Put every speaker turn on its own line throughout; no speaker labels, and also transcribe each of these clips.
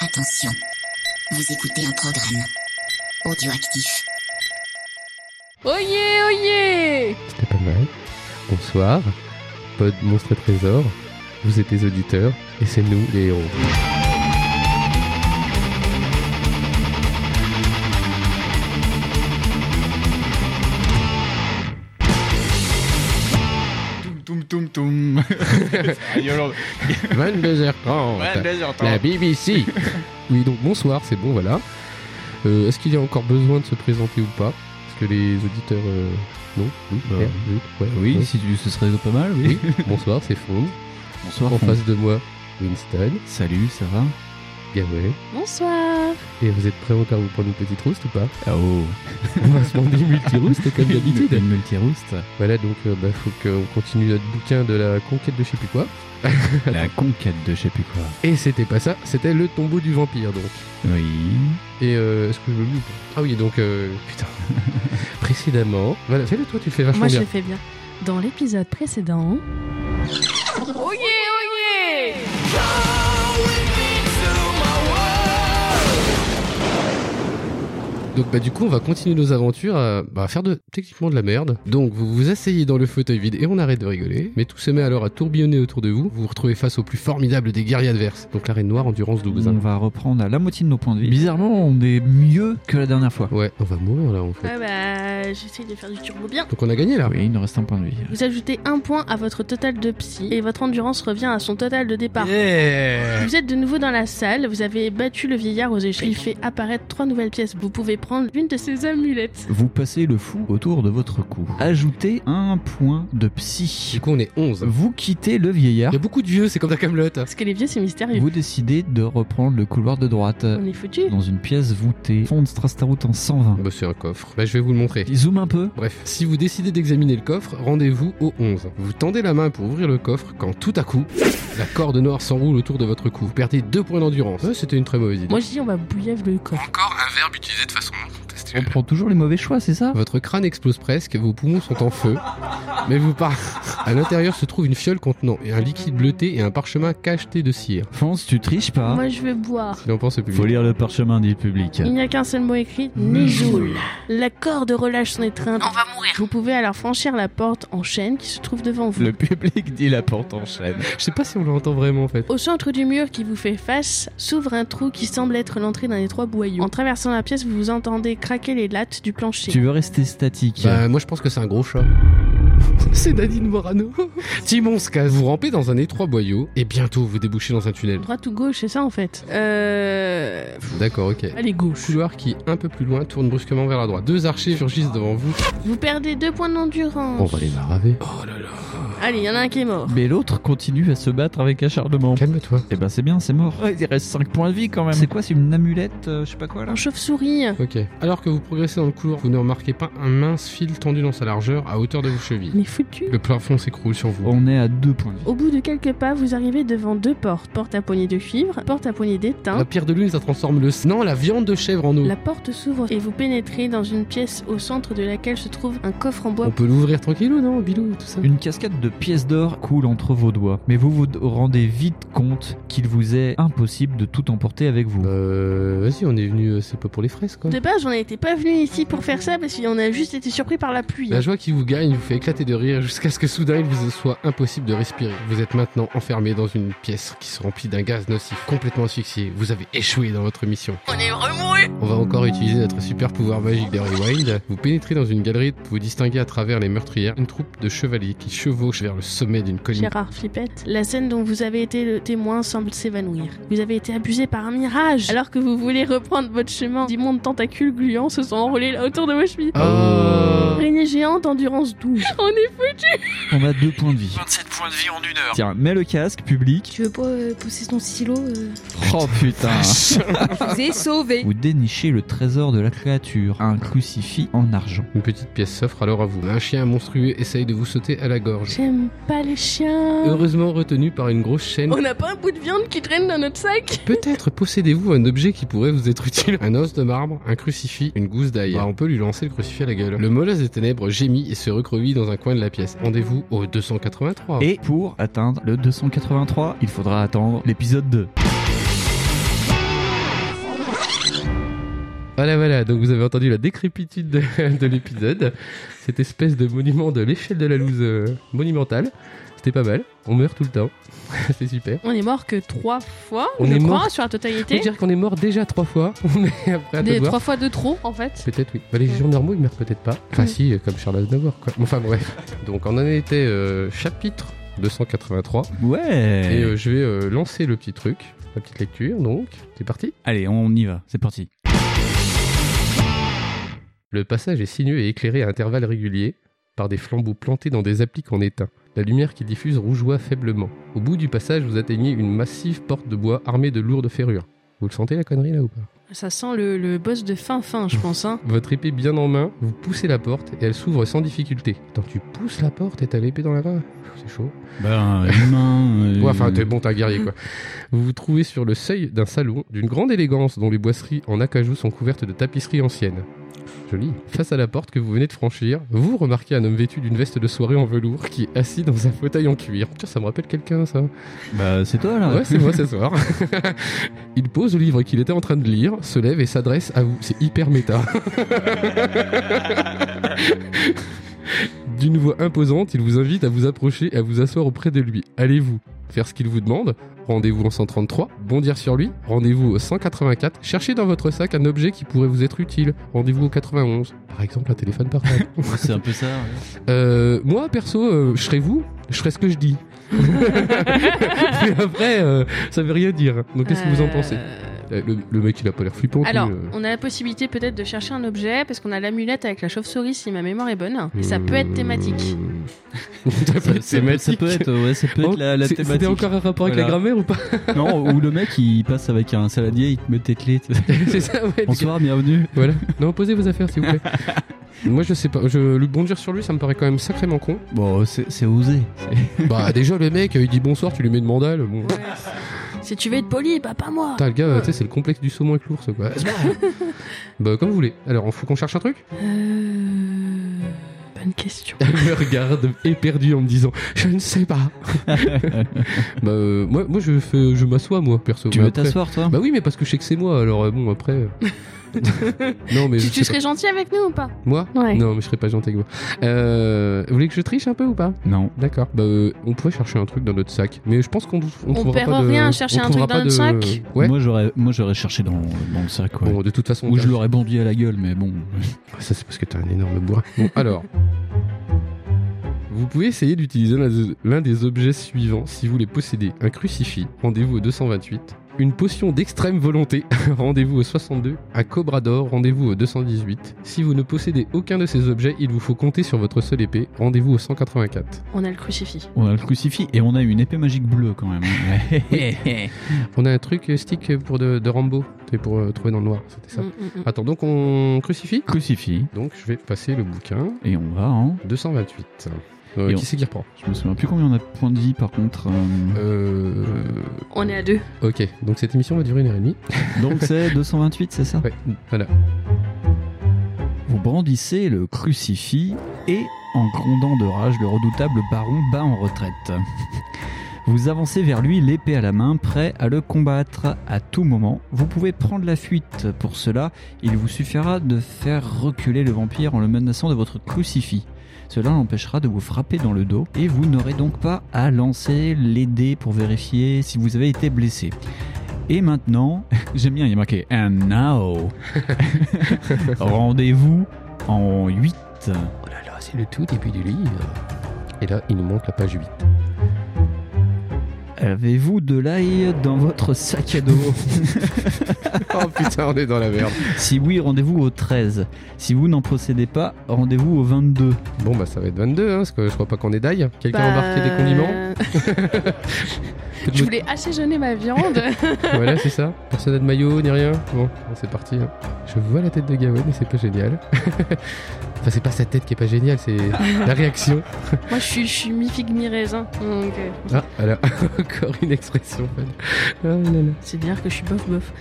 Attention, vous écoutez un programme audioactif.
Oyez, oyez
C'était pas mal. Bonsoir, pod monstre trésor, vous êtes les auditeurs et c'est nous les héros.
Toum toum toum toum.
22h30, la
Ouais,
BBC. oui, donc bonsoir, c'est bon, voilà. Euh, Est-ce qu'il y a encore besoin de se présenter ou pas Parce que les auditeurs. euh, Non Oui,
Bah,
merde, oui, ouais,
Oui,
ouais.
si tu, ce serait pas mal, oui.
Oui, bonsoir, c'est Fond.
Bonsoir.
En
Fon.
face de moi, Winston,
Salut, ça va
Gabriel.
Bonsoir
Et vous êtes prêts encore pour une petite rouste ou pas
Ah Oh,
On va se demander multi-rouste comme d'habitude.
Une multi-rouste.
Voilà, donc il faut qu'on continue notre bouquin de la conquête de je sais plus quoi.
La conquête de je sais plus quoi.
Et c'était pas ça, c'était le tombeau du vampire donc.
Oui.
Et euh, est-ce que je me lis ou pas Ah oui, donc euh, putain. Précédemment, voilà, fais-le toi, tu le fais vachement
Moi, je
bien.
le fais bien. Dans l'épisode précédent,
Oyez, oyez
Donc bah du coup, on va continuer nos aventures à bah, faire de techniquement de la merde. Donc vous vous asseyez dans le fauteuil vide et on arrête de rigoler. Mais tout se met alors à tourbillonner autour de vous. Vous vous retrouvez face au plus formidable des guerriers adverses. Donc la reine noire, endurance 12. hein.
On va reprendre à la moitié de nos points de vie. Bizarrement, on est mieux que la dernière fois.
Ouais, on va mourir là en fait.
ouais, bah, j'essaye de faire du turbo bien.
Donc on a gagné là.
Ah Oui, il nous reste un point de vie.
Vous ajoutez un point à votre total de psy et votre endurance revient à son total de départ. Vous êtes de nouveau dans la salle, vous avez battu le vieillard aux échecs. Il fait apparaître trois nouvelles pièces. Vous pouvez prendre l'une de ses amulettes.
Vous passez le fou autour de votre cou. Ajoutez un point de psy.
Du coup, on est 11.
Vous quittez le vieillard.
Il y a beaucoup de vieux, c'est comme la Camelot.
Parce que les vieux, c'est mystérieux.
Vous décidez de reprendre le couloir de droite.
On est foutu.
Dans une pièce voûtée. Fond de Strastaroute en 120.
Bah c'est un coffre. Bah je vais vous le montrer.
Zoom un peu.
Bref, si vous décidez d'examiner le coffre, rendez-vous au 11. Vous tendez la main pour ouvrir le coffre quand tout à coup, la corde noire s'enroule autour de votre cou. Vous perdez deux points d'endurance. Ouais, C'était une très mauvaise idée.
Moi, je dis, on va bouillave le corps.
Encore un verbe utilisé de façon
On prend toujours les mauvais choix, c'est ça
Oh, bah. Votre crâne explose presque, vos poumons sont en feu, mais vous par... À l'intérieur se trouve une fiole contenant un liquide bleuté et un parchemin cacheté de cire.
Fonce, tu triches pas.
Moi, je veux boire.
Si l'on pense au public.
Faut lire le parchemin du public.
Il n'y a qu'un seul mot écrit Néjoule. La corde relâche son étreinte. On va mourir. Vous pouvez alors franchir la porte en chaîne qui se trouve devant vous.
Le public dit la porte en chaîne.
Je sais pas si on l'entend vraiment en fait.
Au centre du mur qui vous fait face s'ouvre un trou qui semble être l'entrée d'un étroit boyau. En traversant la pièce, vous entendez craquer les lattes du plancher.
Tu veux rester statique.
Bah, moi je pense que c'est un gros chat. c'est Nadine Morano. Timon se casse. Vous rampez dans un étroit boyau et bientôt vous débouchez dans un tunnel.
Droite ou gauche, c'est ça en fait Euh.
D'accord, ok.
Allez, gauche.
couloir qui, un peu plus loin, tourne brusquement vers la droite. Deux archers surgissent devant vous. Oh,
Vous perdez deux points d'endurance.
maraver.
Allez, il y en a un qui est mort.
Mais l'autre continue à se battre avec acharnement.
Calme-toi.
Eh ben c'est bien, c'est mort. il reste 5 points de vie quand même. C'est quoi, c'est une amulette, euh, je sais pas quoi là
En chauve-souris.
Ok. Alors que vous progressez dans le couloir, vous ne remarquez pas un mince fil tendu dans sa largeur à hauteur de vos chevilles.
Mais foutu.
Le plafond s'écroule sur vous.
On est à 2 points de vie.
Au bout de quelques pas, vous arrivez devant deux portes. Porte à poignée de cuivre, porte à poignée d'étain.
La pierre de lune, ça transforme le sang, hein la viande de chèvre en eau.
La porte s'ouvre et vous pénétrez dans une pièce au centre de laquelle se trouve un coffre en bois.
On peut l'ouvrir tranquillou, non, Bilou, tout ça
Une cascade de pièces d'or coule entre vos doigts, mais vous vous d- rendez vite compte qu'il vous est impossible de tout emporter avec vous.
Euh. Vas-y, on est venu, euh, c'est pas pour les fraises, quoi.
De base, on n'était pas venu ici pour faire ça parce qu'on a juste été surpris par la pluie. hein,
La joie qui vous gagne vous fait éclater de rire jusqu'à ce que soudain il vous soit impossible de respirer. Vous êtes maintenant enfermé dans une pièce qui se remplit d'un gaz nocif, complètement asphyxié. Vous avez échoué dans votre mission.
On est remoué
On va encore utiliser notre super pouvoir magique des Rewind. Vous pénétrez dans une galerie, vous distinguez à travers les meurtrières une troupe de chevaliers qui chevauchent vers le sommet d'une colline.
Gérard Flippette, la scène dont vous avez été le témoin semble s'évanouir. Vous avez été abusé par un mirage. Alors que vous voulez reprendre votre chemin, d'immondes tentacules gluants se sont enroulés là autour de vos chevilles.
Oh.
Araignée géante, endurance 12. On est fou
On a 2 points de vie.
27 points de vie en une heure.
Tiens, mets le casque, public.
Tu veux pas euh, pousser ton silo euh
Oh putain
Je vous ai sauvé
Vous dénichez le trésor de la créature, un crucifix en argent.
Une petite pièce s'offre alors à vous. Un chien monstrueux essaye de vous sauter à la gorge.
J'aime pas les chiens.
Heureusement retenu par une grosse chaîne.
On n'a pas un bout de viande qui traîne dans notre sac
Peut-être possédez-vous un objet qui pourrait vous être utile. Un os de marbre, un crucifix, une gousse d'ail. Bah, on peut lui lancer le crucifix à la gueule. Le molosse des ténèbres gémit et se recroqueville dans un coin de la pièce. Rendez-vous au 283.
Et pour atteindre le 283, il faudra attendre l'épisode 2.
Voilà, voilà, donc vous avez entendu la décrépitude de, de l'épisode. Cette espèce de monument de l'échelle de la loose euh, monumentale. C'était pas mal, on meurt tout le temps. C'est super.
On est mort que trois fois,
On
je
est
crois,
mort-
sur la
Je veux
totalité.
dire qu'on est mort déjà trois fois, mais après à toi de
Des
voir.
trois fois de trop, en fait.
Peut-être oui. Bah, les gens normaux ils meurent peut-être pas. Enfin
Oui.
si, comme Charles Aznavour quoi. Enfin bref. Donc on en était euh, chapitre 283
Ouais.
et euh, je vais euh, lancer le petit truc, la petite lecture donc. C'est parti.
Allez, on y va. C'est parti.
Le passage est sinueux et éclairé à intervalles réguliers par des flambeaux plantés dans des appliques en étain. La lumière qui diffuse rougeoie faiblement. Au bout du passage, vous atteignez une massive porte de bois armée de lourdes ferrures. Vous le sentez la connerie là ou pas
Ça sent le, le boss de fin fin, je pense. Hein.
Votre épée bien en main, vous poussez la porte et elle s'ouvre sans difficulté. Attends, tu pousses la porte et t'as l'épée dans la main C'est chaud.
Ben, humain.
Ouais, enfin, t'es bon, t'es un guerrier, quoi. Vous vous trouvez sur le seuil d'un salon d'une grande élégance dont les boisseries en acajou sont couvertes de tapisseries anciennes. Joli. Face à la porte que vous venez de franchir, vous remarquez un homme vêtu d'une veste de soirée en velours qui est assis dans un fauteuil en cuir. Putain, ça me rappelle quelqu'un, ça.
Bah, c'est toi là.
Ouais, c'est moi ce soir. Il pose le livre qu'il était en train de lire, se lève et s'adresse à vous. C'est hyper méta. D'une voix imposante, il vous invite à vous approcher et à vous asseoir auprès de lui. Allez-vous faire ce qu'il vous demande Rendez-vous en 133, bondir sur lui, rendez-vous au 184, cherchez dans votre sac un objet qui pourrait vous être utile, rendez-vous au 91, par exemple un téléphone portable.
C'est un peu ça. ouais.
Euh, moi, perso, euh, je serais vous, je ferais ce que je dis. Mais après, euh, ça veut rien dire. Donc, qu'est-ce que vous en
Euh,
pensez Euh, le, le mec, il a pas l'air flippant. lui,
Alors,
euh.
on a la possibilité peut-être de chercher un objet, parce qu'on a l'amulette avec la chauve-souris, si ma mémoire est bonne. Et ça peut être thématique.
Mmh. ça peut être
Ça, peut- ça
thématique.
peut être, ouais, ça peut être
Oh,
la, la
c'est- C'était
thématique.
encore un rapport avec la
Voilà.
grammaire ou pas
Non, ou le mec il passe avec un saladier, il te met tes clés. tu sais.
C'est ça, ouais.
Bonsoir, bienvenue.
Voilà. Non, posez vos affaires, s'il vous plaît. Moi, je sais pas. Je, le bondir sur lui, ça me paraît quand même sacrément con.
Bon, c'est c'est osé.
Bah, déjà, le mec, il dit bonsoir, tu lui mets une mandale. Bon.
Si tu veux être poli, bah pas moi.
Putain, le gars, euh, tu sais, c'est le complexe du saumon avec l'ours, quoi. bah, comme vous voulez. Alors, faut qu'on cherche un truc
Euh... Bonne question.
Elle me regarde éperdue en me disant Je ne sais pas. bah, euh, moi, moi, je, fais, je m'assois, moi, perso.
Tu
Mais
veux
après-
t'asseoir toi
Bah oui, mais parce que je sais que c'est moi, alors euh, bon, après. euh. non, mais.
Tu,
je
tu
sais pas.
serais gentil avec nous ou pas
Moi
Ouais.
Non, mais je serais pas gentil avec moi. Euh, vous voulez que je triche un peu ou pas
Non.
D'accord. Bah, euh, on pourrait chercher un truc dans notre sac. Mais je pense qu'on on trouvera
perd
pas de-
rien à chercher
on
un truc
trouvera
dans
pas
notre
de-
sac.
Ouais.
Moi j'aurais moi j'aurais cherché dans, dans le sac quoi.
Bon, de toute façon.
Ou
on
je l'aurais bondi à la gueule, mais bon.
Ça, c'est parce que t'es un énorme bourrin. Bon, alors. Vous pouvez essayer d'utiliser l'un des- l'un des objets suivants si vous les possédez. Un crucifix, rendez-vous au 228. Une potion d'extrême volonté, rendez-vous au 62. Un cobra d'or, rendez-vous au 218. Si vous ne possédez aucun de ces objets, il vous faut compter sur votre seule épée, rendez-vous au 184.
On a le crucifix.
On a le crucifix et on a une épée magique bleue quand même. Ouais.
On a un truc euh, stick pour de, de Rambo, c'est pour euh, trouver dans le noir, c'était ça.
Mm, mm, mm.
Attends, donc on crucifie
crucifix.
Donc je vais passer le bouquin.
Et on va, hein.
228. Euh,
Et on-
qui c'est qui reprend
Je me souviens plus combien on a de points de vie par contre. euh.
Euh...
On est à deux.
Ok, donc cette émission va durer une heure et demie.
Donc c'est 228, c'est ça
Ouais, voilà.
Vous brandissez le crucifix et, en grondant de rage, le redoutable baron bat en retraite. Vous avancez vers lui, l'épée à la main, prêt à le combattre à tout moment. Vous pouvez prendre la fuite. Pour cela, il vous suffira de faire reculer le vampire en le menaçant de votre crucifix. Cela l'empêchera de vous frapper dans le dos et vous n'aurez donc pas à lancer les dés pour vérifier si vous avez été blessé. Et maintenant, j'aime bien, il y a marqué And now, rendez-vous en 8.
Oh là là, c'est le tout début du livre. Et là, il nous manque la page 8.
Avez-vous de l'ail dans votre sac à dos
oh putain, on est dans la merde.
Si oui, rendez-vous au 13. Si vous n'en possédez pas, rendez-vous au 22.
Bon bah ça va être 22, hein, parce que je crois pas qu'on est d'ail. Quelqu'un a embarqué des condiments
Bah, Je voulais assaisonner ma viande.
Voilà, c'est ça. Personne n'a de maillot ni rien. Bon, c'est parti. hein. Je vois la tête de Gawain mais c'est pas génial. enfin, c'est pas sa tête qui est pas géniale, c'est la réaction.
Moi, je suis, je suis mi-figue, mi-raisin. Donc, euh,
Ah, voilà, encore une expression. Oh là là.
c'est dire que je suis bof bof.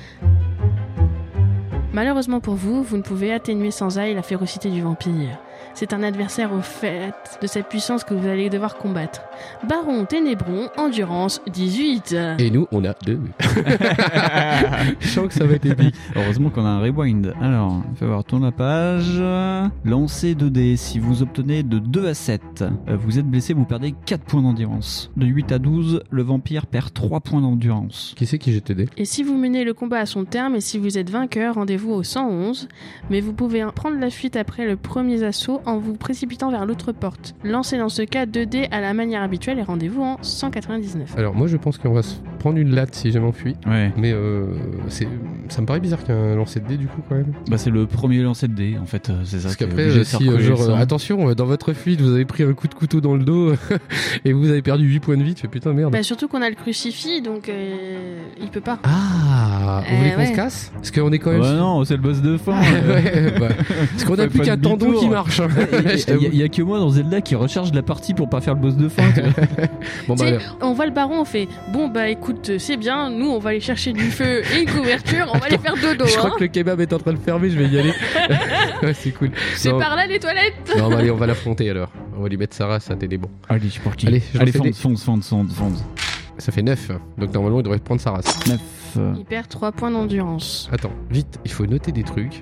Malheureusement pour vous, vous ne pouvez atténuer sans ail la férocité du vampire. C'est un adversaire au fait de sa puissance que vous allez devoir combattre. Baron Ténébron, endurance 18.
Et nous, on a deux. Je sens que ça va être épique.
Heureusement qu'on a un rewind. Alors, fais voir, tourne la page. Lancez 2 dés. Si vous obtenez de 2 à 7, euh, vous êtes blessé, vous perdez 4 points d'endurance. De 8 à 12, le vampire perd 3 points d'endurance.
Qui c'est qui jette des
Et si vous menez le combat à son terme et si vous êtes vainqueur, rendez-vous au 111, mais vous pouvez prendre la fuite après le premier assaut en vous précipitant vers l'autre porte. Lancez dans ce cas 2 dés à la manière habituelle et rendez-vous en 199.
Alors moi, je pense qu'on va se prendre une latte si jamais on fuit.
Ouais,
Mais euh, c'est- ça me paraît bizarre qu'un lancer de dés du coup quand même.
bah c'est le premier lancer de dés, en fait. euh, C'est ça.
Parce
qui est
qu'après,
obligé
euh,
de faire
si euh,
coller
genre
le
euh,
sang.
attention, euh, dans votre fuite, vous avez pris un coup de couteau dans le dos et vous avez perdu 8 points de vie, tu fais putain merde.
Bah surtout qu'on a le crucifix, donc euh, il peut pas.
Ah, vous
Euh,
voulez qu'on
ouais.
se casse Parce qu'on est quand même.
Bah non, c'est le boss de fin. euh.
Ouais, bah, parce qu'on a
Pas-
plus
pas
qu'un
de
tendon
demi-tour.
qui marche. hein. Je
Il
t'avoue.
y, a que moi dans Zelda qui recharge la partie pour pas faire le boss de fin. tu vois.
Bon
Tu sais,
bah, alors.
on voit le baron, on fait bon bah écoute, euh, c'est bien, nous on va aller chercher du feu et une couverture, on va aller faire dodo.
je crois
Hein.
que le kebab est en train de fermer, je vais y aller. ouais, c'est cool.
C'est
Non.
par là les toilettes.
Non, bah, allez, on va l'affronter alors. On va lui mettre Sarah, ça t'es bon.
Allez, je suis parti.
Allez,
Allez,
je fais des-
fonce, fonce, fonce, fonce, fonce.
Ça fait 9, donc normalement il devrait prendre sa race.
9. euh,
Ah.
Il perd 3 points d'endurance.
Attends, vite, il faut noter des trucs.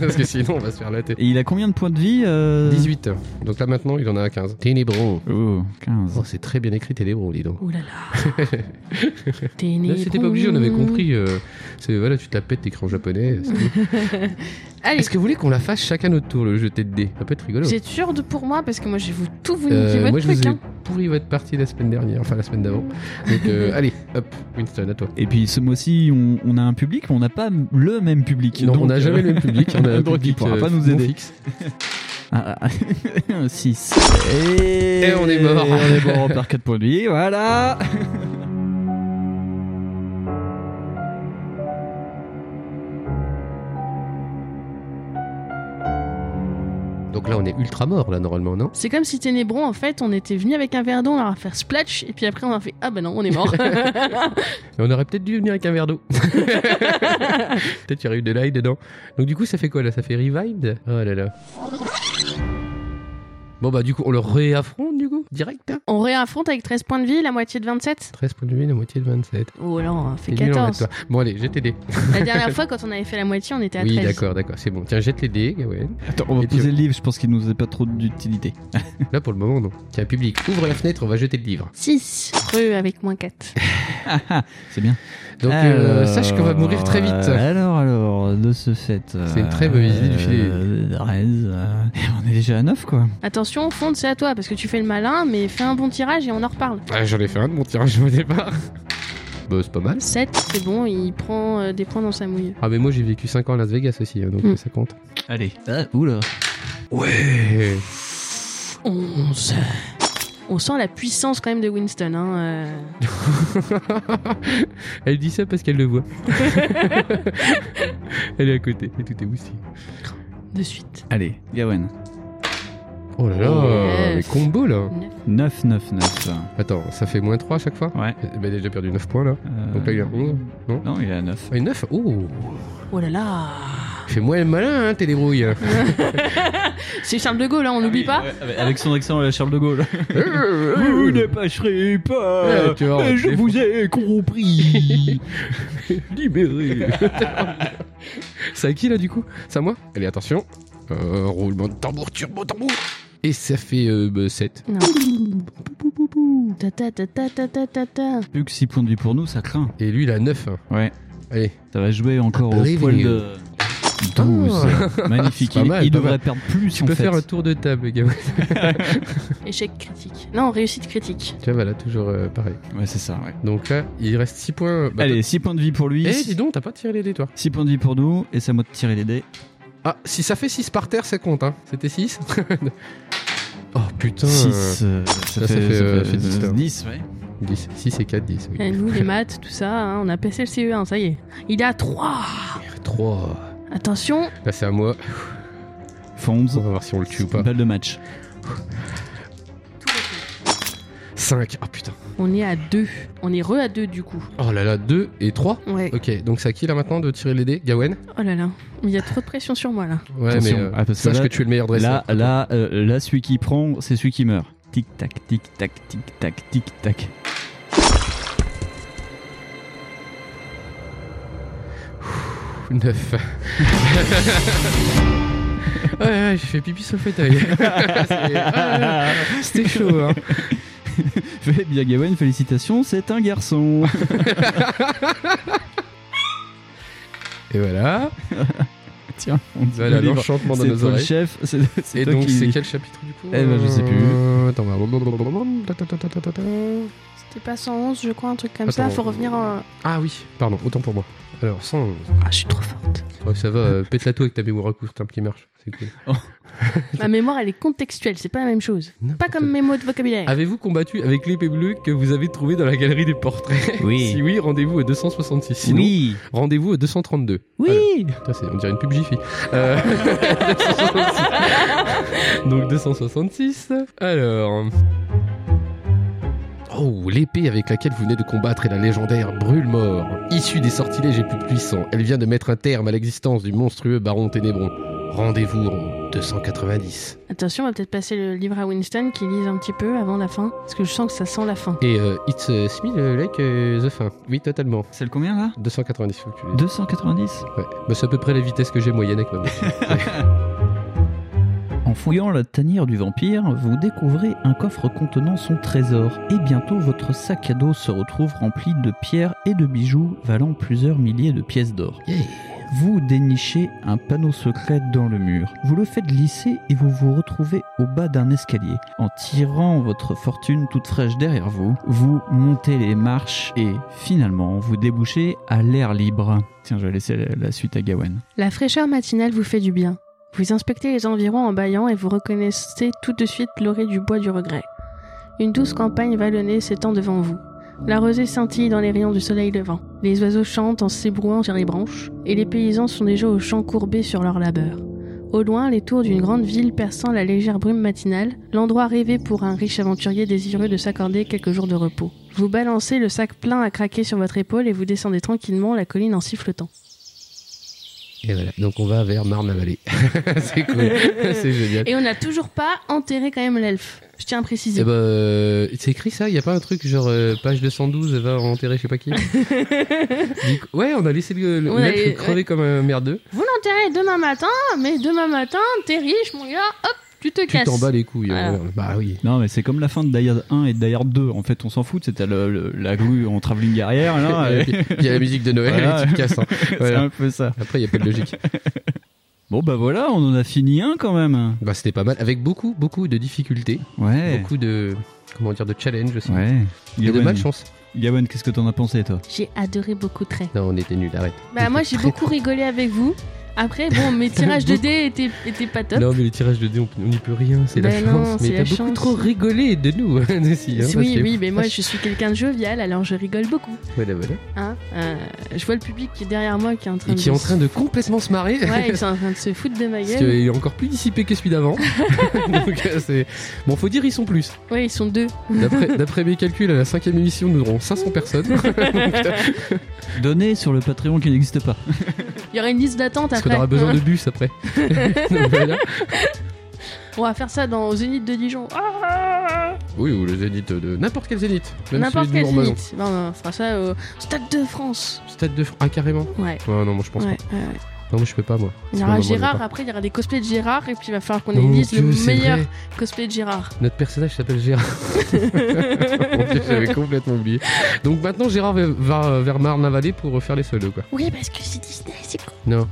Parce que sinon on va se faire la tête.
Et il a combien de points de vie euh
18, donc là maintenant il en a 15. Ténébro.
Oh, 15.
Oh, c'est très bien écrit Ténébro, dis donc.
Oh là là.
Là,
Ténébron.
c'était pas obligé, on avait compris. euh, c'est voilà, tu te la pètes écran japonais. c'est tout.
Allez,
Est-ce que vous voulez qu'on la fasse chacun notre tour le jeu de dés Ça peut être rigolo.
vous êtes sûr de pour moi parce que moi je vais vous tout vous niquer
Euh,
votre
moi je
truc.
vous ai
hein.
pourri votre partie la semaine dernière, enfin la semaine d'avant. Donc euh, allez, hop, Winston à toi.
Et puis ce mois-ci, on, on a un public, mais on n'a pas le même public.
Non,
Donc,
on n'a jamais
euh,
le même public, on a un
donc il
public,
pourra
euh,
pas nous aider.
non
Ah, 6. Et...
Et on est mort. Ah.
On est mort, on perd 4 points de vie, voilà.
Donc là on est ultra mort là normalement, non
C'est comme si Ténébron, en fait, on était venu avec un verre d'eau, on leur a fait splatch, et puis après on a fait Ah bah non, on est mort.
Et on aurait peut-être dû venir avec un verre d'eau. peut-être qu'il y aurait eu de l'ail dedans. Donc du coup ça fait quoi là Ça fait revive Oh là là. Bon bah du coup on le réaffronte du coup Direct hein
on réaffronte avec 13 points de vie, la moitié de 27
13 points de vie, la moitié de 27.
Oh là, on a fait
T'es nul en
14.
maths, toi. Bon allez, jette les dés.
La dernière fois, quand on avait fait la moitié, on était à
Oui
13.
d'accord, d'accord, c'est bon. Tiens, jette les dés, Gawain.
Attends, on
Et
va
tu-
poser le livre, je pense qu'il nous est pas trop d'utilité.
Là pour le moment non. Tiens public, ouvre la fenêtre, on va jeter le livre.
6. Heureux avec moins 4.
C'est bien.
Donc euh,
Alors,
sache qu'on va mourir très vite.
euh, Alors, alors, de ce fait. euh,
C'est une très mauvaise idée du filet.
euh, Rez, euh, on est déjà à 9, quoi.
Attention, fonde, c'est à toi, parce que tu fais le malin, mais fais un bon tirage et on en reparle.
Ah, J'en ai fait un de mon tirage au départ. bah c'est pas mal.
7, c'est bon, il prend euh, des points dans sa mouille.
Ah mais moi j'ai vécu 5 ans à Las Vegas aussi, hein, donc
Mm.
ça compte.
Allez. Ah, oula.
Ouais
11. On sent la puissance quand même de Winston. Hein, euh.
Elle dit ça parce qu'elle le voit. Elle est à côté et tout est moustille.
De suite.
Allez, Gawen.
Oh là là,
Ouais.
mais combo là
9.
9, 9, 9.
Attends, ça fait moins 3 à chaque fois
Ouais.
Eh ben, déjà perdu 9 points là.
euh,
Donc là il a 11.
Non, il est à 9.
Ah, et 9 Oh
Oh là là
Fais-moi le malin, hein, t'es débrouille.
C'est Charles de Gaulle, hein, on n'oublie pas.
Avec son accent à la Charles de Gaulle. Vous ne
Euh,
pâcherez pas.
Ouais, Eh, tu vois, on
Eh, je
te
vous ai compris.
Libéré C'est à qui là du coup C'est à moi Allez, attention. Euh, roulement de tambour, turbo tambour. Et ça fait euh, bah, 7.
Non. Ta ta ta ta ta ta ta ta.
Plus que 6 points de vie pour nous, ça craint.
Et lui il a 9.
Ouais.
Allez.
Ça va jouer encore au
Réveillez.
poil de. 12. Magnifique.
Ah. C'est pas
Il,
mal,
il
pas
devrait
mal.
perdre plus
Tu
en
peux
fait.
faire un tour de table, Gabriel.
Échec critique. Non, réussite critique.
Tu vois, voilà, toujours euh, pareil.
Ouais, c'est ça. Ouais.
Donc là, il reste 6 points. Bah,
Allez, 6 points de vie pour lui.
t'as- Eh, dis donc, t'as pas tiré les dés, toi.
6 points de vie pour nous, et c'est à moi de tirer les dés.
Ah, si ça fait 6 par terre, ça compte, hein. C'était 6 Oh putain
6,
ça
ça
fait, euh,
fait
fait dix,
euh,
hein.
10, ouais.
10. 6 et 4, 10.
Et
Oui.
Euh, nous, les maths, tout ça, hein, on a passé le CE1, ça y est. Il est à 3.
3.
Attention,
Là, c'est à moi. On
Fonds,
va voir si on
Bah.
le tue ou pas.
balle de match.
5. Ah putain.
On est à 2. On est re à 2 du coup.
Oh là là, 2 et 3
Ouais.
Ok, donc c'est à qui là maintenant de tirer les dés Gawen
Oh là là. Mais il y a trop de pression sur moi là.
Ouais,
Attention.
mais euh,
Ah, parce que
sache que
là-
tu es le meilleur dresseur.
Là, là, euh, là, celui qui prend, c'est celui qui meurt. Tic tac, tic tac, tic tac, tic tac.
Pff, Neuf. ouais, ouais, j'ai fait pipi sur le fauteuil. C'est- ah, C'était chaud, hein.
Fais bien Gawain, félicitations, c'est un garçon.
Et voilà.
Tiens, on dit
Voilà
le livre.
l'enchantement dans
C'est
nos
toi le
oreilles.
chef, c'est c'est
Et
toi
donc,
qui-
c'est quel chapitre du coup
Eh ben, je sais plus.
Euh, Attends, bah...
C'était pas 111, je crois, un truc comme ça.
Attends.
Faut revenir en.
Ah oui, pardon, autant pour moi. Alors, 111.
Ah, je suis trop forte.
Ouais, ça va, euh, pète la toux avec ta mémoire à un qui marche. C'est cool.
Ma mémoire, elle est contextuelle, c'est pas la même chose. Pas
N'importe
comme mes mots de vocabulaire.
Avez-vous combattu avec l'épée bleue que vous avez trouvée dans la galerie des portraits
Oui.
si oui, rendez-vous au 266. Sinon,
Oui,
rendez-vous au 232.
oui.
Putain, c'est- on dirait une pub Jiffy. Euh, 266. Donc 266. Alors. Oh, l'épée avec laquelle vous venez de combattre est la légendaire Brûle-Mort. Issue des sortilèges les plus puissants, elle vient de mettre un terme à l'existence du monstrueux baron Ténébron. Rendez-vous en 290.
Attention, on va peut-être passer le livre à Winston qui lise un petit peu avant la fin. Parce que je sens que ça sent la fin.
Et euh, It's euh, smell like euh, the fin. Oui, totalement.
C'est le combien là
290, faut que tu le dises.
290.
Ouais. Bah, c'est à peu près la vitesse que j'ai moyenne avec ma moto.
En fouillant la tanière du vampire, vous découvrez un coffre contenant son trésor. Et bientôt, votre sac à dos se retrouve rempli de pierres et de bijoux valant plusieurs milliers de pièces d'or.
Yeah.
Vous dénichez un panneau secret dans le mur. Vous le faites glisser et vous vous retrouvez au bas d'un escalier. En tirant votre fortune toute fraîche derrière vous, vous montez les marches et finalement vous débouchez à l'air libre. Tiens, je vais laisser la- la suite à Gawain.
La fraîcheur matinale vous fait du bien. Vous inspectez les environs en bâillant et vous reconnaissez tout de suite l'orée du bois du regret. Une douce campagne vallonnée s'étend devant vous. La rosée scintille dans les rayons du soleil levant. Les oiseaux chantent en s'ébrouant sur les branches, et les paysans sont déjà aux champs courbés sur leur labeur. Au loin, les tours d'une grande ville perçant la légère brume matinale, l'endroit rêvé pour un riche aventurier désireux de s'accorder quelques jours de repos. Vous balancez le sac plein à craquer sur votre épaule et vous descendez tranquillement la colline en sifflotant.
Et voilà. Donc on va vers Marne-la-Vallée. c'est cool. c'est génial.
Et on n'a toujours pas enterré quand même l'elfe. Je tiens à préciser.
Eh ben, euh, c'est écrit ça, y a pas un truc genre euh, page 212, va enterrer je sais pas qui Du coup- Ouais, on a laissé le, le
On a
l'être
eu-
crever comme un merdeux.
Vous l'enterrez demain matin, mais demain matin, t'es riche, mon gars, hop, tu te
Tu
casses.
t'en bats les couilles.
Voilà.
hein. Bah oui.
Non, mais c'est comme la fin de Die Hard 1 et de Die Hard 2. En fait, on s'en fout. C'était le- le- la grue en travelling arrière. Là,
Et
et-
puis puis y a la musique de Noël
Ah Voilà.
et tu te casses. hein.
C'est
Voilà.
un peu ça.
Après, y a pas de logique.
Bon, bah voilà, on en a fini un quand même.
Bah c'était pas mal, avec beaucoup, beaucoup de difficultés,
Ouais.
beaucoup de comment dire de challenge aussi.
Ouais.
Et de
Gawain.
malchance.
Gawain, qu'est-ce que t'en as pensé, toi
J'ai adoré beaucoup très.
Non, on était nuls, arrête.
Bah moi j'ai beaucoup rigolé avec vous. Après bon mes tirages de dés étaient, étaient pas top.
Non, mais les tirages de dés, on on n'y peut rien, c'est
Ben
la
non,
chance.
c'est
Mais
la
t'as beaucoup
chance.
trop rigolé de nous, Nessie. hein, parce
oui
que-
oui mais moi je suis quelqu'un de jovial alors je rigole beaucoup.
Voilà, voilà.
Hein. Euh, je vois le public qui est derrière moi qui est en train
Et
de.
qui est en train de complètement se marrer.
Ouais ils sont en train de se foutre de ma
Parce
gueule.
qu'il est encore plus dissipé que celui d'avant. Donc, euh, c'est- bon, faut dire, ils sont plus.
Ouais ils sont deux.
D'après d'après mes calculs, à la cinquième émission, nous aurons 500 personnes. euh,
Donnez sur le Patreon qui n'existe pas.
Il y aura une liste d'attente
parce
après.
qu'on aura besoin de bus après. Donc, voilà.
On va faire ça dans au Zénith de Dijon. Ah,
Oui, ou le zénith de n'importe quel zénith. Même
N'importe
celui
quel
de Mourmanon.
Zénith. Bon, on fera ça au Stade de France.
Stade de France. Ah, carrément.
Ouais.
Ouais, non, moi je pense
Ouais, ouais, ouais.
pas. Non, moi je peux pas, moi.
Il y
Parce
aura
que moi, moi, je
Gérard,
peux pas.
après il y aura des cosplays de Gérard, et puis il va falloir qu'on
Mon
élise
Dieu,
le
c'est
meilleur
vrai.
cosplay de Gérard.
Notre personnage s'appelle Gérard. Mon Dieu, J'avais complètement oublié. Donc maintenant, Gérard va, va vers Marne-la-Vallée pour faire les soldes, quoi.
Oui, parce que c'est Disney, c'est cool.
Non,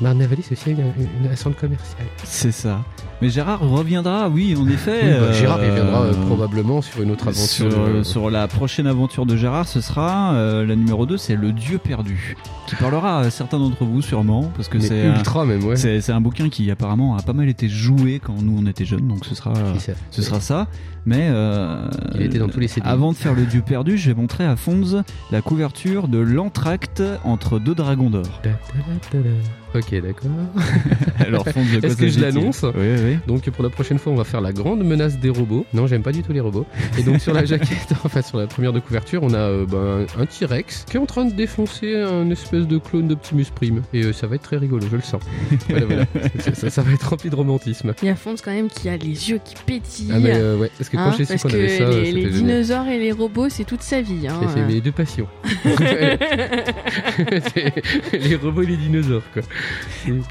Marne-la-Vallée, c'est aussi une, une, un centre commercial.
C'est ça. Mais Gérard reviendra, oui, en effet.
Oui, bah,
euh,
Gérard reviendra euh, probablement sur une autre aventure. euh,
Sur, euh,
de-
sur la prochaine aventure de Gérard, ce sera euh, la numéro 2, c'est Le Dieu perdu, qui parlera à certains d'entre vous sûrement, parce que
mais
c'est un,
ultra même, ouais.
c'est- c'est un bouquin qui apparemment a pas mal été joué quand nous on était jeunes, donc ce sera,
Qui sait.
ce sera ça. Mais euh,
Il était dans tous les CD.
Avant de faire le dieu perdu, je vais montrer à Fonz la couverture de l'entracte entre deux dragons d'or.
Ta-ta-ta-ta. Ok, d'accord.
Alors, fonde de
Est-ce
cause
que je
positive.
l'annonce
Oui, oui.
Donc pour la prochaine fois, on va faire la grande menace des robots. Non, j'aime pas du tout les robots. Et donc sur la jaquette, enfin sur la première de couverture, on a euh, ben, un T-Rex qui est en train de défoncer un espèce de clone d'Optimus Prime. Et euh, ça va être très rigolo, je le sens. Voilà, voilà. ça, ça- ça va être rempli de romantisme.
Il y a Fonz quand même qui a les yeux qui pétillent.
Ah mais euh, ouais, parce que quand
hein,
j'ai su
parce
qu'on
que
avait ça, euh,
les, les
c'était génial.
dinosaures et les robots, c'est toute sa vie. hein.
J'ai fait mes deux passions. C'est les robots et les dinosaures quoi.